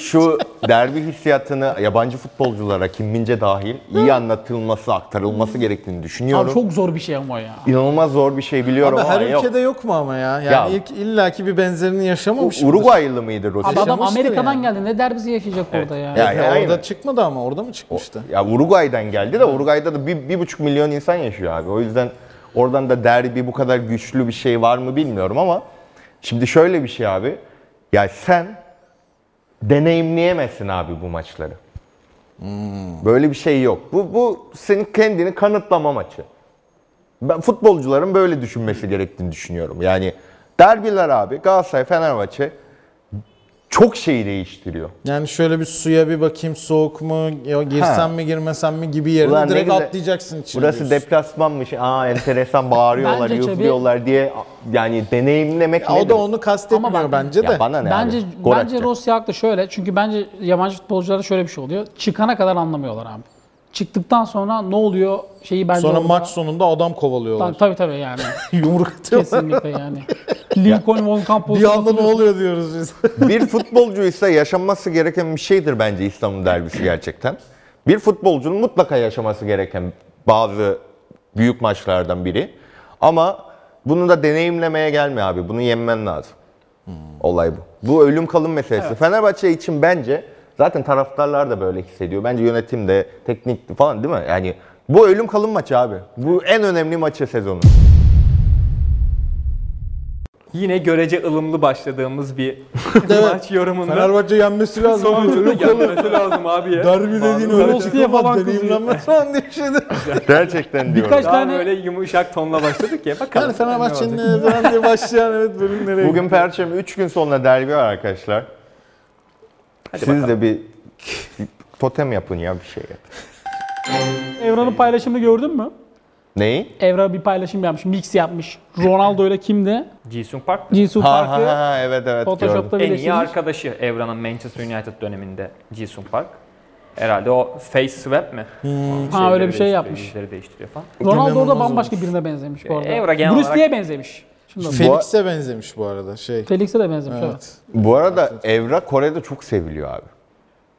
A: şu derbi hissiyatını yabancı futbolculara, Kim Mince dahil iyi anlatılması, aktarılması gerektiğini düşünüyorum.
C: Abi çok zor bir şey ama ya.
A: İnanılmaz zor bir şey biliyorum
B: Ama
A: ama,
B: her
A: yok.
B: ülkede yok. mu ama ya? Yani
A: Ya-
B: ilk illaki bir benzerini yaşamamış mıdır?
A: Uruguaylı mıydı Rossi?
C: Abi adam
B: Yaşamıştır
C: Amerika'dan
B: yani.
C: geldi ne derbisi yaşayacak orada ya.
A: Ya-
B: Ya
A: Yani
B: orada
A: aynen.
B: çıkmadı ama orada mı çıkmıştı?
A: Ya Uruguay'dan geldi de Uruguay'da da bir, bir buçuk milyon insan yaşıyor abi. O yüzden oradan da derbi bu kadar güçlü bir şey var mı bilmiyorum ama şimdi şöyle bir şey abi. Ya sen deneyimleyemezsin abi bu maçları. Böyle bir şey yok. Bu, bu senin kendini kanıtlama maçı. Ben futbolcuların böyle düşünmesi gerektiğini düşünüyorum. Yani Derbiler abi Galatasaray Fenerbahçe çok şeyi değiştiriyor.
B: Yani şöyle bir suya bir bakayım soğuk mu, ya girsem
A: Ha.
B: mi girmesem mi gibi yerine
A: Ulan ne
B: direkt
A: güzel.
B: atlayacaksın içine.
A: Burası
B: diyorsun.
A: deplasmanmış. Aa enteresan bağırıyorlar,
C: Bence Çebi-
A: yufluyorlar diye yani deneyimlemek
B: Ya o
A: nedir?
B: da onu kastetmiyor
C: Ama bak-
B: bence de.
A: Ya bana ne
C: Bence
A: abi? Gol
C: bence
A: atacak.
C: Rossi haklı şöyle. Çünkü bence yabancı futbolcularda şöyle bir şey oluyor. Çıkana kadar anlamıyorlar abi. Çıktıktan sonra ne oluyor şeyi bence
B: Sonra
C: orada-
B: maç sonunda adam kovalıyorlar.
C: Ta- Tabii tabii yani.
B: Yumruk atıyorlar.
C: Kesinlikle yani. Lincoln Von Campos.
B: Bir anda ne oluyor diyoruz biz.
A: bir futbolcuysa yaşanması gereken bir şeydir bence İstanbul derbisi gerçekten. Bir futbolcunun mutlaka yaşaması gereken bazı büyük maçlardan biri. Ama bunu da deneyimlemeye gelme abi. Bunu yenmen lazım. Olay bu. Bu ölüm kalım meselesi. Fenerbahçe için bence zaten taraftarlar da böyle hissediyor. Bence yönetim de, teknik de falan değil mi? Yani bu ölüm kalım maçı abi. Bu en önemli maçı sezonun.
D: Yine görece ılımlı başladığımız bir maç yorumunda
B: Fenerbahçe yenmesi lazım.
D: sonucunu gelmesi lazım abi ya.
B: Derbi dediğin öyle
C: Rossi diye
B: çıkamaz,
C: falan kızıyor.
B: deneyimlenmez falan diye bir şey de.
A: Gerçekten diyorum.
C: Birkaç-
D: Daha
C: tane-
D: böyle yumuşak tonla başladık ya. Bakalım.
B: Yani Fenerbahçe'nin ne zaman diye başlayan evet bölüm nereye
A: Bugün Perşembe 3 gün sonra derbi var arkadaşlar. Siz de bir totem yapın ya bir şey.
C: Evra'nın paylaşımını gördün mü?
A: Neyi?
C: Evra bir paylaşım yapmış. Mix yapmış. Ronaldo ile kimdi?
D: Jisung Park mı?
C: Jisoo
A: Ha ha
C: Park'ı
A: ha evet evet
C: Photoshop'ta
A: gördüm.
D: en iyi
C: birleştirmiş.
D: arkadaşı Evra'nın Manchester United döneminde Jisung Park. Herhalde o face swap mi?
B: Hmm.
D: Onun
C: Ha, öyle bir
D: şeyleri
C: şey
D: değiştiriyor,
C: yapmış.
D: yüzleri değiştiriyor falan.
C: Ronaldo orada
B: İnanılmaz
C: bambaşka birine benzemiş
B: E,
C: bu arada.
D: Evra genel
C: Bruce
D: olarak-
C: diye benzemiş. Şimdi Fe-
B: Felix'e benzemiş bu arada şey.
C: Felix'e de benzemiş. Evet.
B: Evet.
A: Bu arada Evra Kore'de çok seviliyor abi.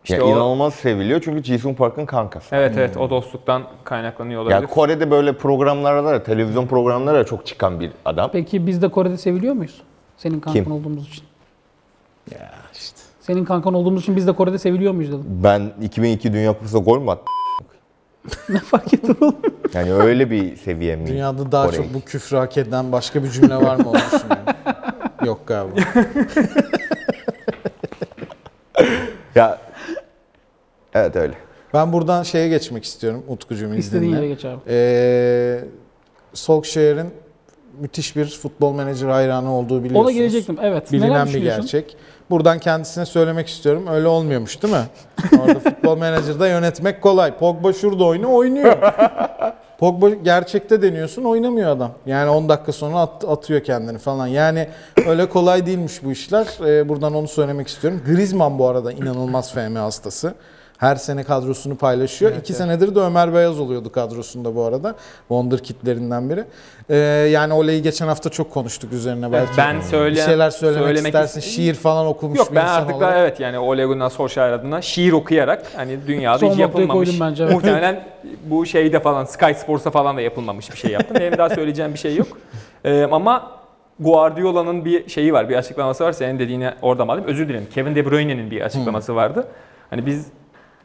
D: İşte
A: ya
D: o-
A: inanılmaz seviliyor çünkü Jisung Park'ın kankası.
D: Evet evet o dostluktan kaynaklanıyor
A: Ya
D: olabilir.
A: Kore'de böyle programlara da televizyon programlara da çok çıkan bir adam.
C: Peki biz de Kore'de seviliyor muyuz? Senin kankan
A: Kim?
C: olduğumuz için.
B: Ya işte.
C: Senin kankan olduğumuz için biz de Kore'de seviliyor muyuz dedim.
A: Ben 2002 Dünya Kupası'nda gol mü attım?
C: Ne fark ettin oğlum?
A: Yani öyle bir seviyem mi?
B: Dünyada daha
A: Kore'yi.
B: çok bu küfrü hak eden başka bir cümle var mı onu düşünüyorum. Yok galiba.
A: Ya Evet öyle.
B: Ben buradan şeye geçmek istiyorum Utkucuğum
C: İstediğin yere
B: izninle.
C: geç abi.
B: Ee, Solskjaer'in müthiş bir futbol menajer hayranı olduğu biliyorsunuz.
C: Ona gelecektim. Evet. Neler
B: Bilinen bir
C: düşünüyorsun?
B: gerçek. Buradan kendisine söylemek istiyorum. Öyle olmuyormuş değil mi? Orada futbol menajerde yönetmek kolay. Pogba şurada oyna oynuyor. Pogba gerçekte deniyorsun oynamıyor adam. Yani 10 dakika sonra at- atıyor kendini falan. Yani öyle kolay değilmiş bu işler. Ee, buradan onu söylemek istiyorum. Griezmann bu arada inanılmaz FM hastası. Her sene kadrosunu paylaşıyor. İki senedir de Ömer Beyaz oluyordu kadrosunda bu arada. Wonder kitlerinden biri. Ee, yani Ole'yi geçen hafta çok konuştuk üzerine belki.
D: Ben söyle,
B: Bir şeyler söylemek, istersin.
D: ist-
B: Şiir falan okumuş
D: Yok
B: bir
D: ben
B: insan
D: artık
B: olarak.
D: daha evet yani Ole Gunnar Solskjaer adına şiir okuyarak hani dünyada
C: Son
D: hiç
C: noktayı
D: yapılmamış.
C: koydum bence, evet.
D: Muhtemelen bu şeyde falan Sky Sports'a falan da yapılmamış bir şey yaptım. Benim daha söyleyeceğim bir şey yok. Ee, ama Guardiola'nın bir şeyi var, bir açıklaması var. Senin dediğine orada mı alayım? Özür dilerim. Kevin De Bruyne'nin bir açıklaması vardı. Hani biz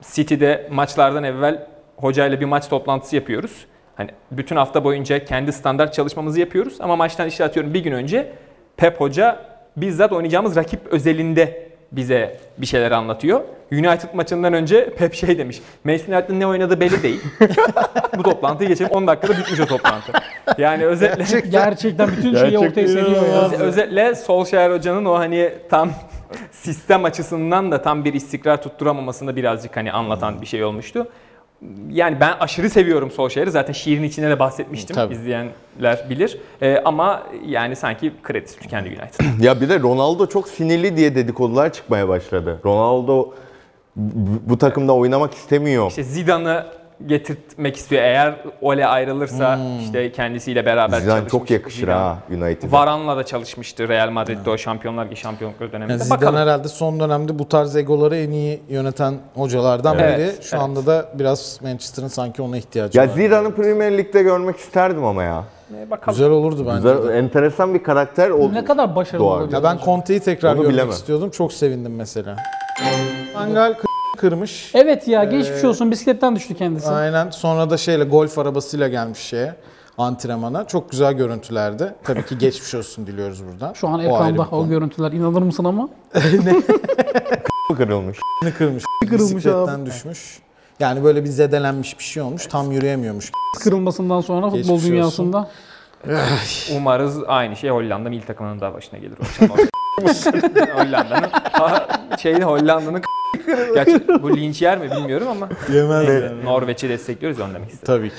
D: City'de maçlardan evvel hocayla bir maç toplantısı yapıyoruz. Hani bütün hafta boyunca kendi standart çalışmamızı yapıyoruz ama maçtan işte atıyorum bir gün önce Pep Hoca bizzat oynayacağımız rakip özelinde bize bir şeyler anlatıyor. United maçından önce Pep şey demiş. Manchester United'ın ne oynadığı belli değil. Bu toplantıyı geçelim 10 dakikada bitmiş o toplantı. Yani özetle
C: Gerçekten bütün şeyi
A: Gerçekten
C: ortaya seriyor ya.
B: inanılmaz.
D: Öz- özetle Solskjaer hocanın o hani tam sistem açısından da tam bir istikrar tutturamamasını birazcık hani anlatan bir şey olmuştu. Yani ben aşırı seviyorum Solskjaer'i. Zaten şiirin içinde de bahsetmiştim.
B: Tabii.
D: İzleyenler bilir. Ee, ama yani sanki kredisi tükendi United.
A: Ya bir de Ronaldo çok sinirli diye dedikodular çıkmaya başladı. Ronaldo bu bu takımda oynamak istemiyor.
D: İşte Zidane'ı getirtmek istiyor. Eğer Ole ayrılırsa işte kendisiyle beraber
A: Hmm. Zidane
D: çalışmış.
A: çok yakışır
D: Zidane.
A: ha United'a.
D: Varan'la da çalışmıştı Real Madrid'de o Şampiyonlar Ligi şampiyonlukları döneminde.
B: Yani Zidane
D: Bakalım.
B: herhalde son dönemde bu tarz egoları en iyi yöneten hocalardan
D: Evet,
B: biri. Şu
D: evet.
B: anda da biraz Manchester'ın sanki ona ihtiyacı
A: Ya
B: var.
A: Zidane'ı Premier Lig'de görmek isterdim ama ya.
D: Ee, Bakalım.
B: Güzel olurdu bence.
A: Güzel, enteresan bir karakter oldu.
C: Ne kadar başarılı
A: Doğru.
C: olabilir.
B: Ya ben Conte'yi tekrar
A: Onu
B: görmek
A: bilemem.
B: istiyordum. Çok sevindim mesela. Mangal k- kırmış.
C: Evet ya geçmiş olsun bisikletten düştü kendisi.
B: Ee, Aynen. Sonra da şeyle golf arabasıyla gelmiş şeye antrenmana. Çok güzel görüntülerdi. Tabii ki geçmiş olsun diliyoruz buradan.
C: Şu an
B: O ayrı bir
C: ekranda o,
B: konu.
C: görüntüler inanır mısın ama?
A: kırılmış.
B: Ne kırmış?
C: Kırılmış
B: Bisikletten
C: abi.
B: düşmüş. Yani böyle bir zedelenmiş bir şey olmuş. Tam yürüyemiyormuş.
C: Kırılmasından sonra
B: Geçmiş
C: futbol dünyasında.
D: Umarız aynı şey Hollanda milli takımının daha başına gelir o akşam. Hollanda'nın ha, şeyin Hollanda'nın Gerçi bu linç yer mi bilmiyorum ama
B: Yemez
D: Norveç'i destekliyoruz ya, onu demek istedim.
B: Tabii ki.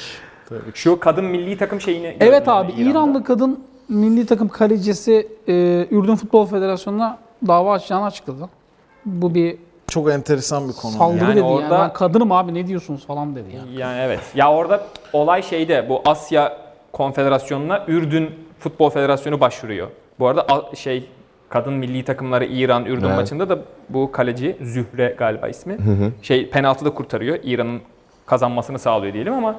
B: Tabii ki.
D: Şu kadın milli takım şeyini gördün
C: Evet
D: mü
C: abi
D: İran'da?
C: İranlı kadın milli takım kalecisi e, Ürdün Futbol Federasyonu'na dava açacağını açıkladı. Bu bir
B: Çok enteresan bir konu.
C: saldırı
D: Yani
C: dedi yani.
D: orada-
C: Ben kadınım abi ne diyorsunuz falan dedi yani.
D: Yani evet. Ya orada olay şeyde bu Asya Konfederasyonu'na Ürdün Futbol Federasyonu başvuruyor. Bu arada a- şey kadın milli takımları İran Ürdün
A: Evet.
D: maçında da bu kaleci Zühre galiba ismi. Şey penaltıda kurtarıyor. İran'ın kazanmasını sağlıyor diyelim ama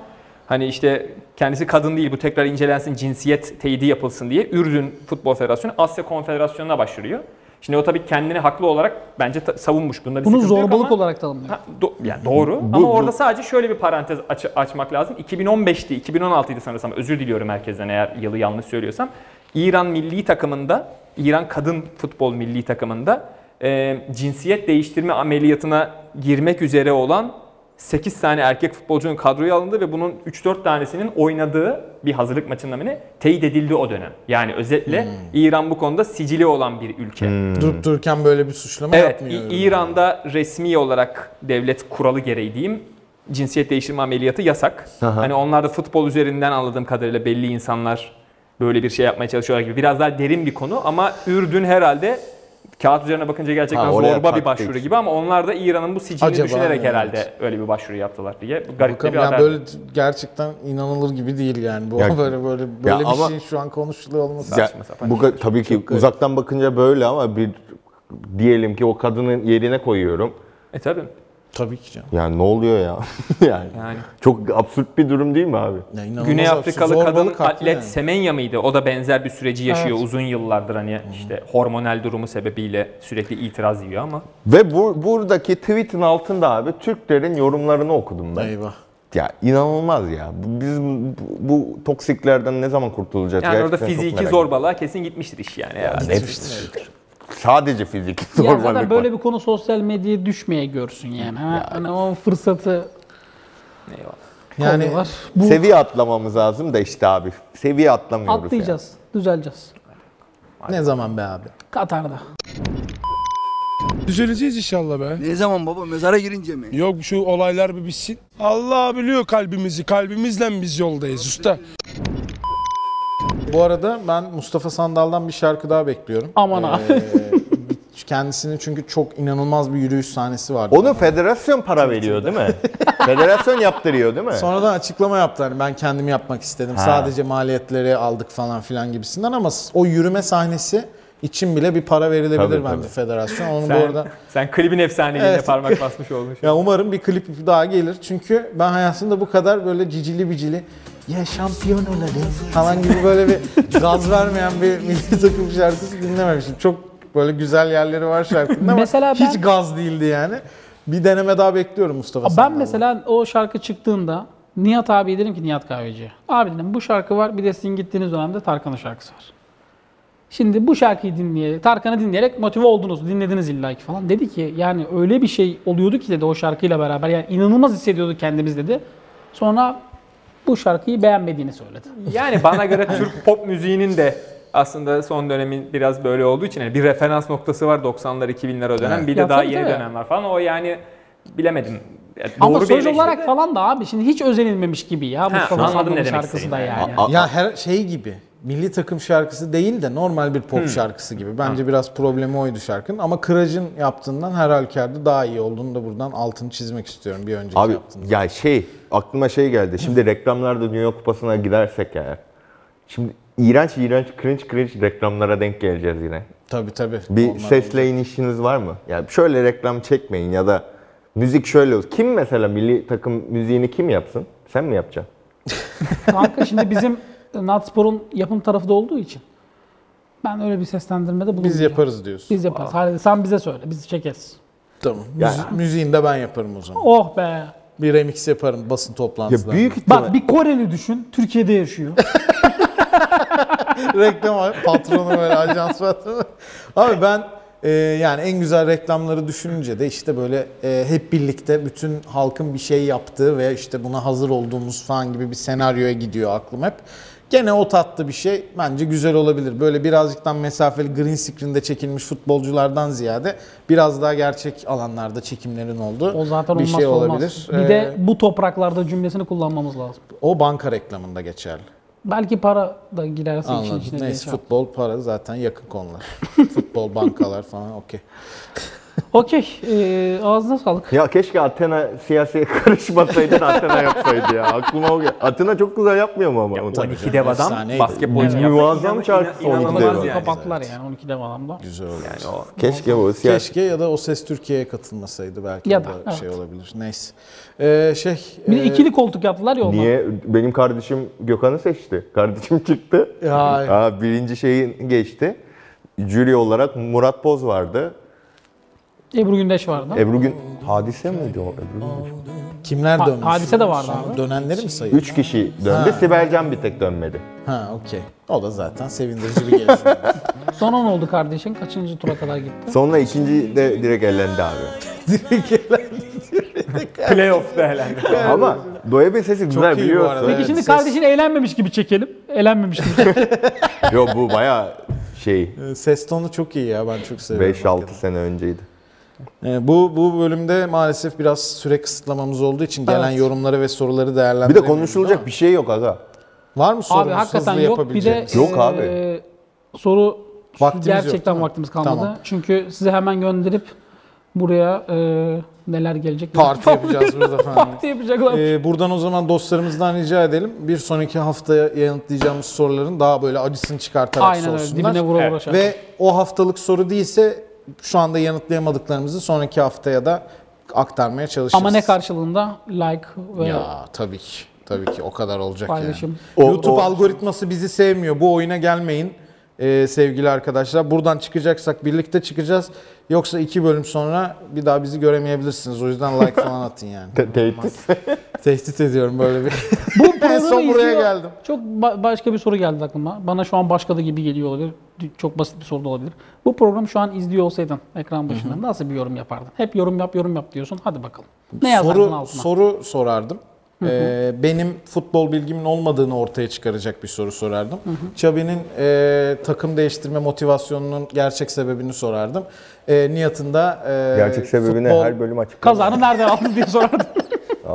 D: hani işte kendisi kadın değil bu tekrar incelensin cinsiyet teyidi yapılsın diye Ürdün Futbol Federasyonu Asya Konfederasyonu'na başvuruyor. Şimdi o tabii kendini haklı olarak bence ta- savunmuş. Bunda bir
C: Bunu
D: sıkıntı yok
C: zorbalık
D: ama-
C: olarak tanımlıyor.
D: Ha, do- yani doğru
A: Bu-
D: ama
A: bu-
D: orada sadece şöyle bir parantez aç- açmak lazım. 2015'ti, 2016'ydı sanırsam. Özür diliyorum herkesten eğer yılı yanlış söylüyorsam. İran milli takımında, İran kadın futbol milli takımında e, cinsiyet değiştirme ameliyatına girmek üzere olan 8 tane erkek futbolcunun kadroya alındığı ve bunun 3-4 tanesinin oynadığı bir hazırlık maçında mı ne teyit edildi o dönem. Yani
A: Hmm.
D: özetle İran bu konuda sicili olan bir ülke.
B: Durup dururken böyle bir suçlama
D: Evet,
B: yapmıyor.
D: İ- İran'da resmi olarak devlet kuralı gereği diyeyim cinsiyet değiştirme ameliyatı yasak.
A: Aha.
D: Hani onlar da futbol üzerinden anladığım kadarıyla belli insanlar böyle bir şey yapmaya çalışıyorlar gibi. Biraz daha derin bir konu ama Ürdün herhalde kağıt üzerine bakınca gerçekten
A: Ha, oraya
D: zorba bir
A: taktik.
D: başvuru gibi ama onlar da İran'ın bu sicilini
B: Acaba
D: düşünerek
B: evet.
D: herhalde öyle bir başvuru yaptılar diye. Bu Garip de
B: Bakalım
D: bir
B: yani
D: haber.
B: böyle gerçekten inanılır gibi değil yani. Bu
A: Ya-
B: böyle böyle böyle bir
A: ama-
B: şey şu an konuşuluyor olması.
A: Ya,
D: Saçma sapan
A: bu ka- tabii ki uzaktan bakınca böyle ama bir diyelim ki o kadının yerine koyuyorum.
D: E tabii.
B: Tabii ki canım.
A: Yani ne oluyor ya? yani,
D: Yani.
A: çok absürt bir durum değil mi abi?
B: Ya inanılmaz
D: Güney
B: absürt.
D: Afrikalı
B: Zorbalık
D: kadın
B: haklı
D: atlet
B: yani.
D: Semenya mıydı? O da benzer bir süreci yaşıyor
C: Evet.
D: uzun yıllardır hani işte hormonal durumu sebebiyle sürekli itiraz yiyor ama.
A: Ve bu, buradaki tweetin altında abi Türklerin yorumlarını okudum ben.
B: Eyvah.
A: Ya inanılmaz ya. Bu- Biz bu, bu toksiklerden ne zaman kurtulacağız?
D: Yani orada
A: Gerçekten çok
D: fiziki
A: merak
D: zorbalığa kesin gitmiştir iş yani. herhalde.
A: ediyorum. Sadece fiziki
C: Ya
A: zorbalık
C: zaten
A: var.
C: böyle bir konu sosyal medyaya düşmeye görsün yani. Ha, Hani o fırsatı
D: Eyvallah.
B: Yani
C: koyuyorlar. Bu
A: Seviye atlamamız lazım da işte abi. Seviye atlamıyoruz ya.
C: atlayacağız, düzeleceğiz.
B: ne zaman be abi?
C: Katar'da.
E: Düzeleceğiz inşallah be.
F: Ne zaman baba mezara girince mi?
E: Yok şu olaylar bir bitsin. Allah biliyor kalbimizi. Kalbimizle biz yoldayız usta.
B: Bu arada ben Mustafa Sandal'dan bir şarkı daha bekliyorum.
C: Aman
D: Ee,
C: abi.
B: Kendisinin çünkü çok inanılmaz bir yürüyüş sahnesi vardı.
A: Onu federasyon para veriyor değil mi? federasyon yaptırıyor değil mi?
B: Sonradan açıklama yaptı hani ben kendim yapmak istedim. Sadece maliyetleri aldık falan filan gibisinden ama o yürüme sahnesi için bile bir para verilebilir
A: Tabii,
B: bence
A: tabii.
B: federasyon. Onu bu
D: Sen,
B: arada
D: sen klibin efsaneliğine
B: Evet.
D: parmak basmış olmuş.
B: ya umarım bir klip daha gelir. Çünkü ben hayatımda bu kadar böyle cicili bicili ya şampiyon olalım falan gibi böyle bir gaz vermeyen bir milli takım şarkısı dinlememiştim. Çok böyle güzel yerleri var şarkının ama
C: Mesela ben-
B: hiç gaz değildi yani. Bir deneme daha bekliyorum Mustafa
C: Ben
B: Sandal'dan.
C: mesela o şarkı çıktığında Nihat abi dedim ki Nihat Kahveci. Abi dedim bu şarkı var bir de sizin gittiğiniz dönemde Tarkan'ın şarkısı var. Şimdi bu şarkıyı dinleyerek, Tarkan'ı dinleyerek motive oldunuz, dinlediniz illa ki falan. Dedi ki yani öyle bir şey oluyordu ki dedi o şarkıyla beraber. Yani inanılmaz hissediyorduk kendimiz dedi. Sonra bu şarkıyı beğenmediğini söyledi.
D: Yani bana göre Türk pop müziğinin de aslında son dönemin biraz böyle olduğu için hani bir referans noktası var 90'lar 2000'ler o dönem. Bir de
C: Ya
D: daha
C: tabii,
D: yeni
C: tabii.
D: dönem var falan. O yani bilemedim. Ya
C: Ama
D: doğru bir
C: söz
D: eleştiri
C: olarak
D: de-
C: falan da abi şimdi hiç özenilmemiş gibi ya Mustafa
D: anladım ne
C: Sandal'ın
D: demek
C: şarkısı da
D: istediğini.
C: yani.
A: A-
B: Ya her şey gibi. Milli takım şarkısı değil de normal bir pop
A: Hmm.
B: şarkısı gibi. Bence biraz problemi oydu şarkının ama Kıraç'ın yaptığından her halükarda daha iyi olduğunu da buradan altını çizmek istiyorum bir önceki
A: Abi
B: yaptığında.
A: ya şey aklıma şey geldi. Şimdi reklamlarda Dünya Kupası'na gidersek eğer. Şimdi iğrenç iğrenç cringe cringe reklamlara denk geleceğiz yine.
B: Tabii tabii.
A: Bir
B: Onlar
A: sesle inişiniz var mı? Yani şöyle reklam çekmeyin ya da müzik şöyle olsun. Kim mesela milli takım müziğini kim yapsın? Sen mi yapacaksın?
C: Kanka şimdi bizim e, Natspor'un yapım tarafı da olduğu için. Ben öyle bir seslendirmede bulunmayacağım.
B: Biz yaparız diyorsun.
C: Biz yaparız. Hadi sen bize söyle. Biz çekeriz.
B: Tamam. Müzi- müziğini de ben yaparım o zaman.
C: Oh be.
B: Bir remix yaparım basın
A: Ya
B: toplantısında.
A: büyük ihtimal.
C: Bak bir Koreli düşün. Türkiye'de yaşıyor.
B: reklam abi. patronu böyle ajans patronu. Abi ben e, yani en güzel reklamları düşününce de işte böyle e, hep birlikte bütün halkın bir şey yaptığı ve işte buna hazır olduğumuz falan gibi bir senaryoya gidiyor aklım hep. Gene o tatlı bir şey bence güzel olabilir. Böyle birazcıktan mesafeli green screen'de çekilmiş futbolculardan ziyade biraz daha gerçek alanlarda çekimlerin olduğu
C: O zaten
B: bir
C: olmazsa
B: şey
C: olmaz.
B: olabilir.
C: Bir
B: Ee,
C: de bu topraklarda cümlesini kullanmamız lazım.
B: o banka reklamında geçerli.
C: Belki para da girerse için
B: Anladım.
C: içine. diye
B: Neyse
C: şey
B: futbol para zaten yakın konular. futbol bankalar falan okey.
C: yap- Okey. Ee, ağzına sağlık.
A: Ya keşke Athena siyasiye karışmasaydı da Athena yapsaydı ya. Aklıma o geldi. Athena çok güzel yapmıyor mu ama? Tabii.
D: 12 dev adam
B: Efsaneydi.
D: basketbolcu
A: Yani muazzam
D: İnan-
A: şarkısı
D: inan-
A: 12 dev
D: inanılmaz
A: adam.
D: yani. Hani
C: Kapaklar yani 12 dev adamda.
B: Güzel olur.
A: Keşke o siyasi...
B: Keşke ya da o ses Türkiye'ye katılmasaydı belki
C: Ya
B: o
C: da,
B: da,
C: evet.
B: şey olabilir. Neyse. Ee, şey
C: Bir de
B: e,
C: ikili koltuk yaptılar ya onlar.
A: Niye? Benim kardeşim Gökhan'ı seçti. Kardeşim çıktı.
B: Ya.
A: Aa, birinci şeyi geçti. Jüri olarak Murat Boz vardı.
C: Ebru Gündeş vardı.
A: Ebru Gün... Hadise miydi o? Ebru Gündeş.
B: kimler
C: Ha-
B: dönmüş?
C: hadise de vardı abi.
B: Dönenleri mi sayıyor?
A: Üç kişi döndü. Sibel Can bir tek dönmedi.
B: Ha okey. O da zaten sevindirici bir gelişme.
C: Sonra ne oldu kardeşin? Kaçıncı tura kadar gitti?
A: Sonra ikinci de direkt elendi abi.
D: Playoff'ta elendi.
A: Ama Doğu Bey sesi güzel
B: iyi bu
A: biliyorsun.
B: arada,
C: Peki
B: evet,
C: şimdi
B: ses-
C: kardeşin eğlenmemiş gibi çekelim. Eğlenmemiş gibi.
A: Yo bu baya şey
B: Ee, ses tonu çok iyi ya ben çok seviyorum.
A: 5-6 sene önceydi.
B: Ee, bu bu bölümde maalesef biraz süre kısıtlamamız olduğu için gelen
C: Evet.
B: yorumları ve soruları
A: Bir de
B: değerlendirelim.
A: konuşulacak bir şey yok aga.
B: Var mı
C: abi
B: sorunuz?
C: hakikaten
B: Hızlı
C: yok. Bir de
B: yapabileceğiniz?
A: Yok
C: e,
A: abi.
C: soru
B: Vaktimiz yok,
C: gerçekten
B: değil mi?
C: vaktimiz kalmadı.
B: Tamam.
C: Çünkü size hemen gönderip buraya e, neler gelecek.
B: Parti yapacağız burada falan.
C: Parti yapacaklar.
B: Ee, buradan o zaman dostlarımızdan rica edelim. Bir sonraki haftaya yanıtlayacağımız soruların daha böyle acısını çıkartarak
C: Aynen öyle.
B: sorsunlar.
C: Dibine vura
D: Evet.
C: vura şey yapalım.
B: Ve o haftalık soru değilse şu anda yanıtlayamadıklarımızı sonraki haftaya da aktarmaya çalışırız.
C: Ama ne karşılığında? Like ve
B: Ya tabii ki. Tabii ki o kadar olacak
C: Paylaşım.
B: yani.
A: O-
B: YouTube
A: o-
B: algoritması bizi sevmiyor. Bu oyuna gelmeyin ee, sevgili arkadaşlar. Buradan çıkacaksak birlikte çıkacağız. Yoksa iki bölüm sonra bir daha bizi göremeyebilirsiniz. O yüzden like falan atın yani.
A: Te- Tehdit.
B: Tehdit ediyorum böyle bir.
C: Bu
B: en
C: programı
B: son buraya
C: izliyor-
B: geldim.
C: Çok ba- başka bir soru geldi aklıma. Bana şu an başka da gibi geliyor olabilir. D- Çok basit bir soru da olabilir. Bu programı şu an izliyor olsaydın ekran başında nasıl bir yorum yapardın? Hep yorum yap, yorum yap diyorsun. Hadi bakalım. Ne yazardın
B: soru,
C: altına?
B: soru sorardım. Ee, benim futbol bilgimin olmadığını ortaya çıkaracak bir soru sorardım. Xabi'nin e, takım değiştirme motivasyonunun gerçek sebebini sorardım. E, Nihat'ın da e,
A: Gerçek sebebini
B: futbol-
A: her bölüm açık.
C: Kazanı nereden aldın diye sorardım.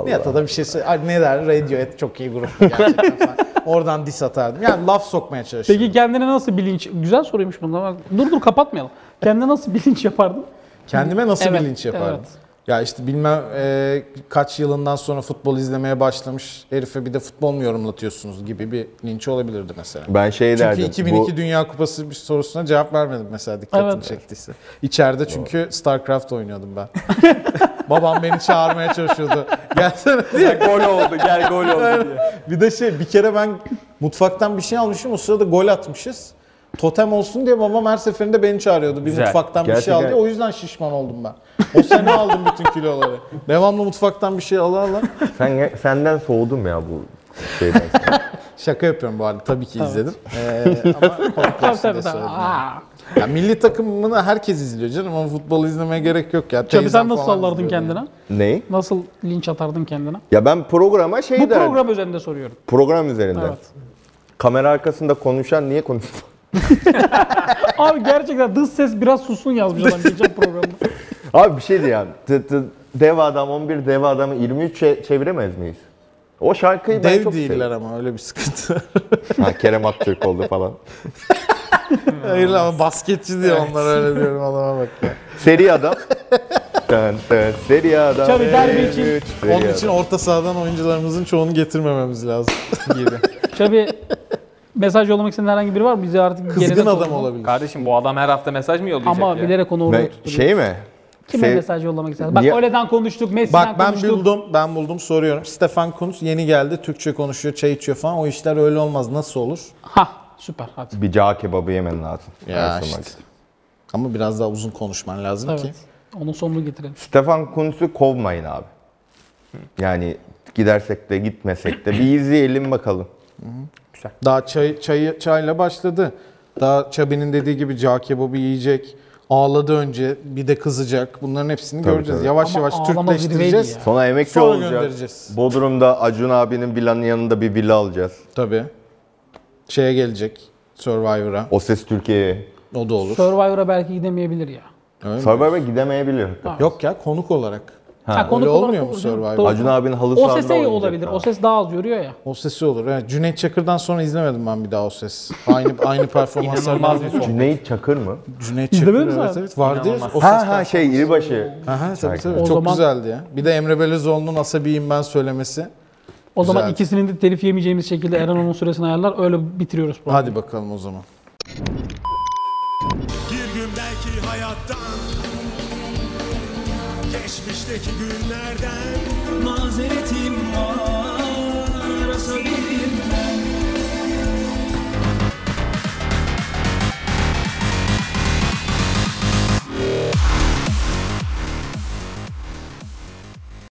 B: Nihat'a da bir şey sor- Ay, ne der? Radiohead çok iyi grup gerçekten falan. Oradan diss atardım. Yani laf sokmaya çalışırdım.
C: Peki kendine nasıl bilinç... Güzel soruymuş bunlar. Bak, Dur dur kapatmayalım. Kendine nasıl bilinç yapardın?
B: Kendime nasıl
C: Evet,
B: bilinç yapardım?
C: evet.
B: Ya işte bilmem e, kaç yılından sonra futbol izlemeye başlamış herife bir de futbol mu yorumlatıyorsunuz gibi bir linç olabilirdi mesela.
A: Ben şey
B: Çünkü
A: derdim.
B: 2002
A: bu-
B: Dünya Kupası bir sorusuna cevap vermedim mesela dikkatini
C: Evet.
B: çektiyse. İçeride çünkü StarCraft oynuyordum ben. Babam beni çağırmaya çalışıyordu. Gelsene diye.
D: gol oldu gel gol oldu diye.
B: Bir de şey bir kere ben mutfaktan bir şey almışım o sırada gol atmışız. Totem olsun diye babam her seferinde beni çağırıyordu. Bir
D: Güzel.
B: mutfaktan bir şey
A: Gerçekten-
B: al diye. O yüzden şişman oldum ben. O sene aldım bütün kiloları. Devamlı mutfaktan bir şey ala ala.
A: Sen, senden soğudum ya bu şeyden.
B: Şaka yapıyorum bu arada. Tabii ki izledim. Ee, ama komik
C: Tabii
B: olsun
C: tabii.
B: diye
C: tabii.
B: söyledim.
C: Aa.
B: Ya milli takımını herkes izliyor canım ama futbol izlemeye gerek yok ya.
C: Tabii
B: Teyzem
C: sen nasıl
B: falan
C: sallardın
B: izliyordu
C: kendine?
A: Neyi?
C: Nasıl linç atardın kendine?
A: Ya ben programa şey
C: Bu
A: derdim.
C: program üzerinde soruyorum.
A: Program üzerinden.
C: Evet.
A: Kamera arkasında konuşan niye konuşuyor?
C: Abi gerçekten dış ses biraz susun yazmış adam geçen programda.
A: Abi bir şey diyeyim. Tı tı dev adam 11, dev adamı 23 çe- çeviremez miyiz? O şarkıyı ben
B: Dev
A: çok
B: değiller
A: seviyorum.
B: ama öyle bir sıkıntı. var.
A: Ha, Kerem Aktürk oldu falan.
B: Hayır lan, ama basketçi diye onlar öyle diyorum adama bak ya.
A: Seri adam. Tın tın, seri adam.
C: Tabii, derbi için.
A: Evet, seri
B: Onun
A: adam.
B: için orta sahadan oyuncularımızın çoğunu getirmememiz lazım gibi.
C: Tabii mesaj yollamak isteyen herhangi biri var mı? Bizi artık
B: Kızgın
C: geride
B: adam
C: koyun.
B: olabilir.
D: Kardeşim bu adam her hafta mesaj mı yollayacak
C: Ama
D: ya?
C: bilerek onu oraya
A: Ne,
C: tutuyor.
A: şey mi?
C: Kime
A: Sev-
C: mesaj yollamak ister? Bak
A: Niye-
C: öyleden konuştuk, Messi'den
B: Bak ben
C: konuştuk.
B: buldum, ben buldum soruyorum. Stefan Kunz yeni geldi, Türkçe konuşuyor, çay içiyor falan. O işler öyle olmaz. Nasıl olur?
C: Ha süper hadi.
A: Bir cağ kebabı yemen lazım.
B: Ya
A: Arasın
B: işte.
A: bak.
B: Ama biraz daha uzun konuşman lazım ki.
C: Evet. Onun sonunu getirelim.
A: Stefan Kuntz'u kovmayın abi. Yani gidersek de gitmesek de bir izleyelim bakalım.
B: Daha çay, çayı, çayla başladı. Daha Çabi'nin dediği gibi cağ kebabı yiyecek. Ağladı önce bir de kızacak. Bunların hepsini göreceğiz.
A: tabii.
B: Yavaş
C: Ama
B: yavaş
C: ağlama
B: Türkleştireceğiz.
C: zirveydi
A: Sonra emekli
B: Sonra
A: olacağız.
B: göndereceğiz.
A: Bodrum'da Acun abinin villanın yanında bir villa alacağız.
B: Tabii. Şeye gelecek. Survivor'a.
A: O ses Türkiye'ye.
B: O da olur.
C: Survivor'a belki gidemeyebilir ya.
B: Öyle mi?
A: Survivor'a gidemeyebilir.
B: Yok ya konuk olarak.
C: Ha, konuk
B: Öyle
C: olarak-
B: olmuyor mu Survivor?
C: Doğru.
A: Acun abinin halı
C: O
A: sahada
C: sese
A: oynayacak
C: olabilir.
A: ha.
C: O ses daha az yoruyor ya.
B: O sesi olur. Evet, Cüneyt Çakır'dan sonra izlemedim ben bir daha o ses. Aynı aynı performanslardan
D: İnanılmaz bir
B: değil.
A: Cüneyt Çakır mı?
B: Cüneyt Çakır
C: İzlemedin mi
B: evet,
C: sen?
B: evet vardı ya.
D: İnanılmaz.
B: O ses
A: Ha ha şey iribaşı.
B: Aha, tabii, tabii.
A: O
B: Çok
C: zaman-
B: güzeldi ya. Bir de Emre Belözoğlu'nun asabiyim ben söylemesi.
C: O zaman
B: Güzel.
C: ikisinin de telif yemeyeceğimiz şekilde Eren onun süresini ayarlar. Öyle bitiriyoruz programı.
B: Hadi bakalım o zaman.
G: Bir gün belki hayattan Geçmişteki günlerden Mazeretim var Asabilirim ben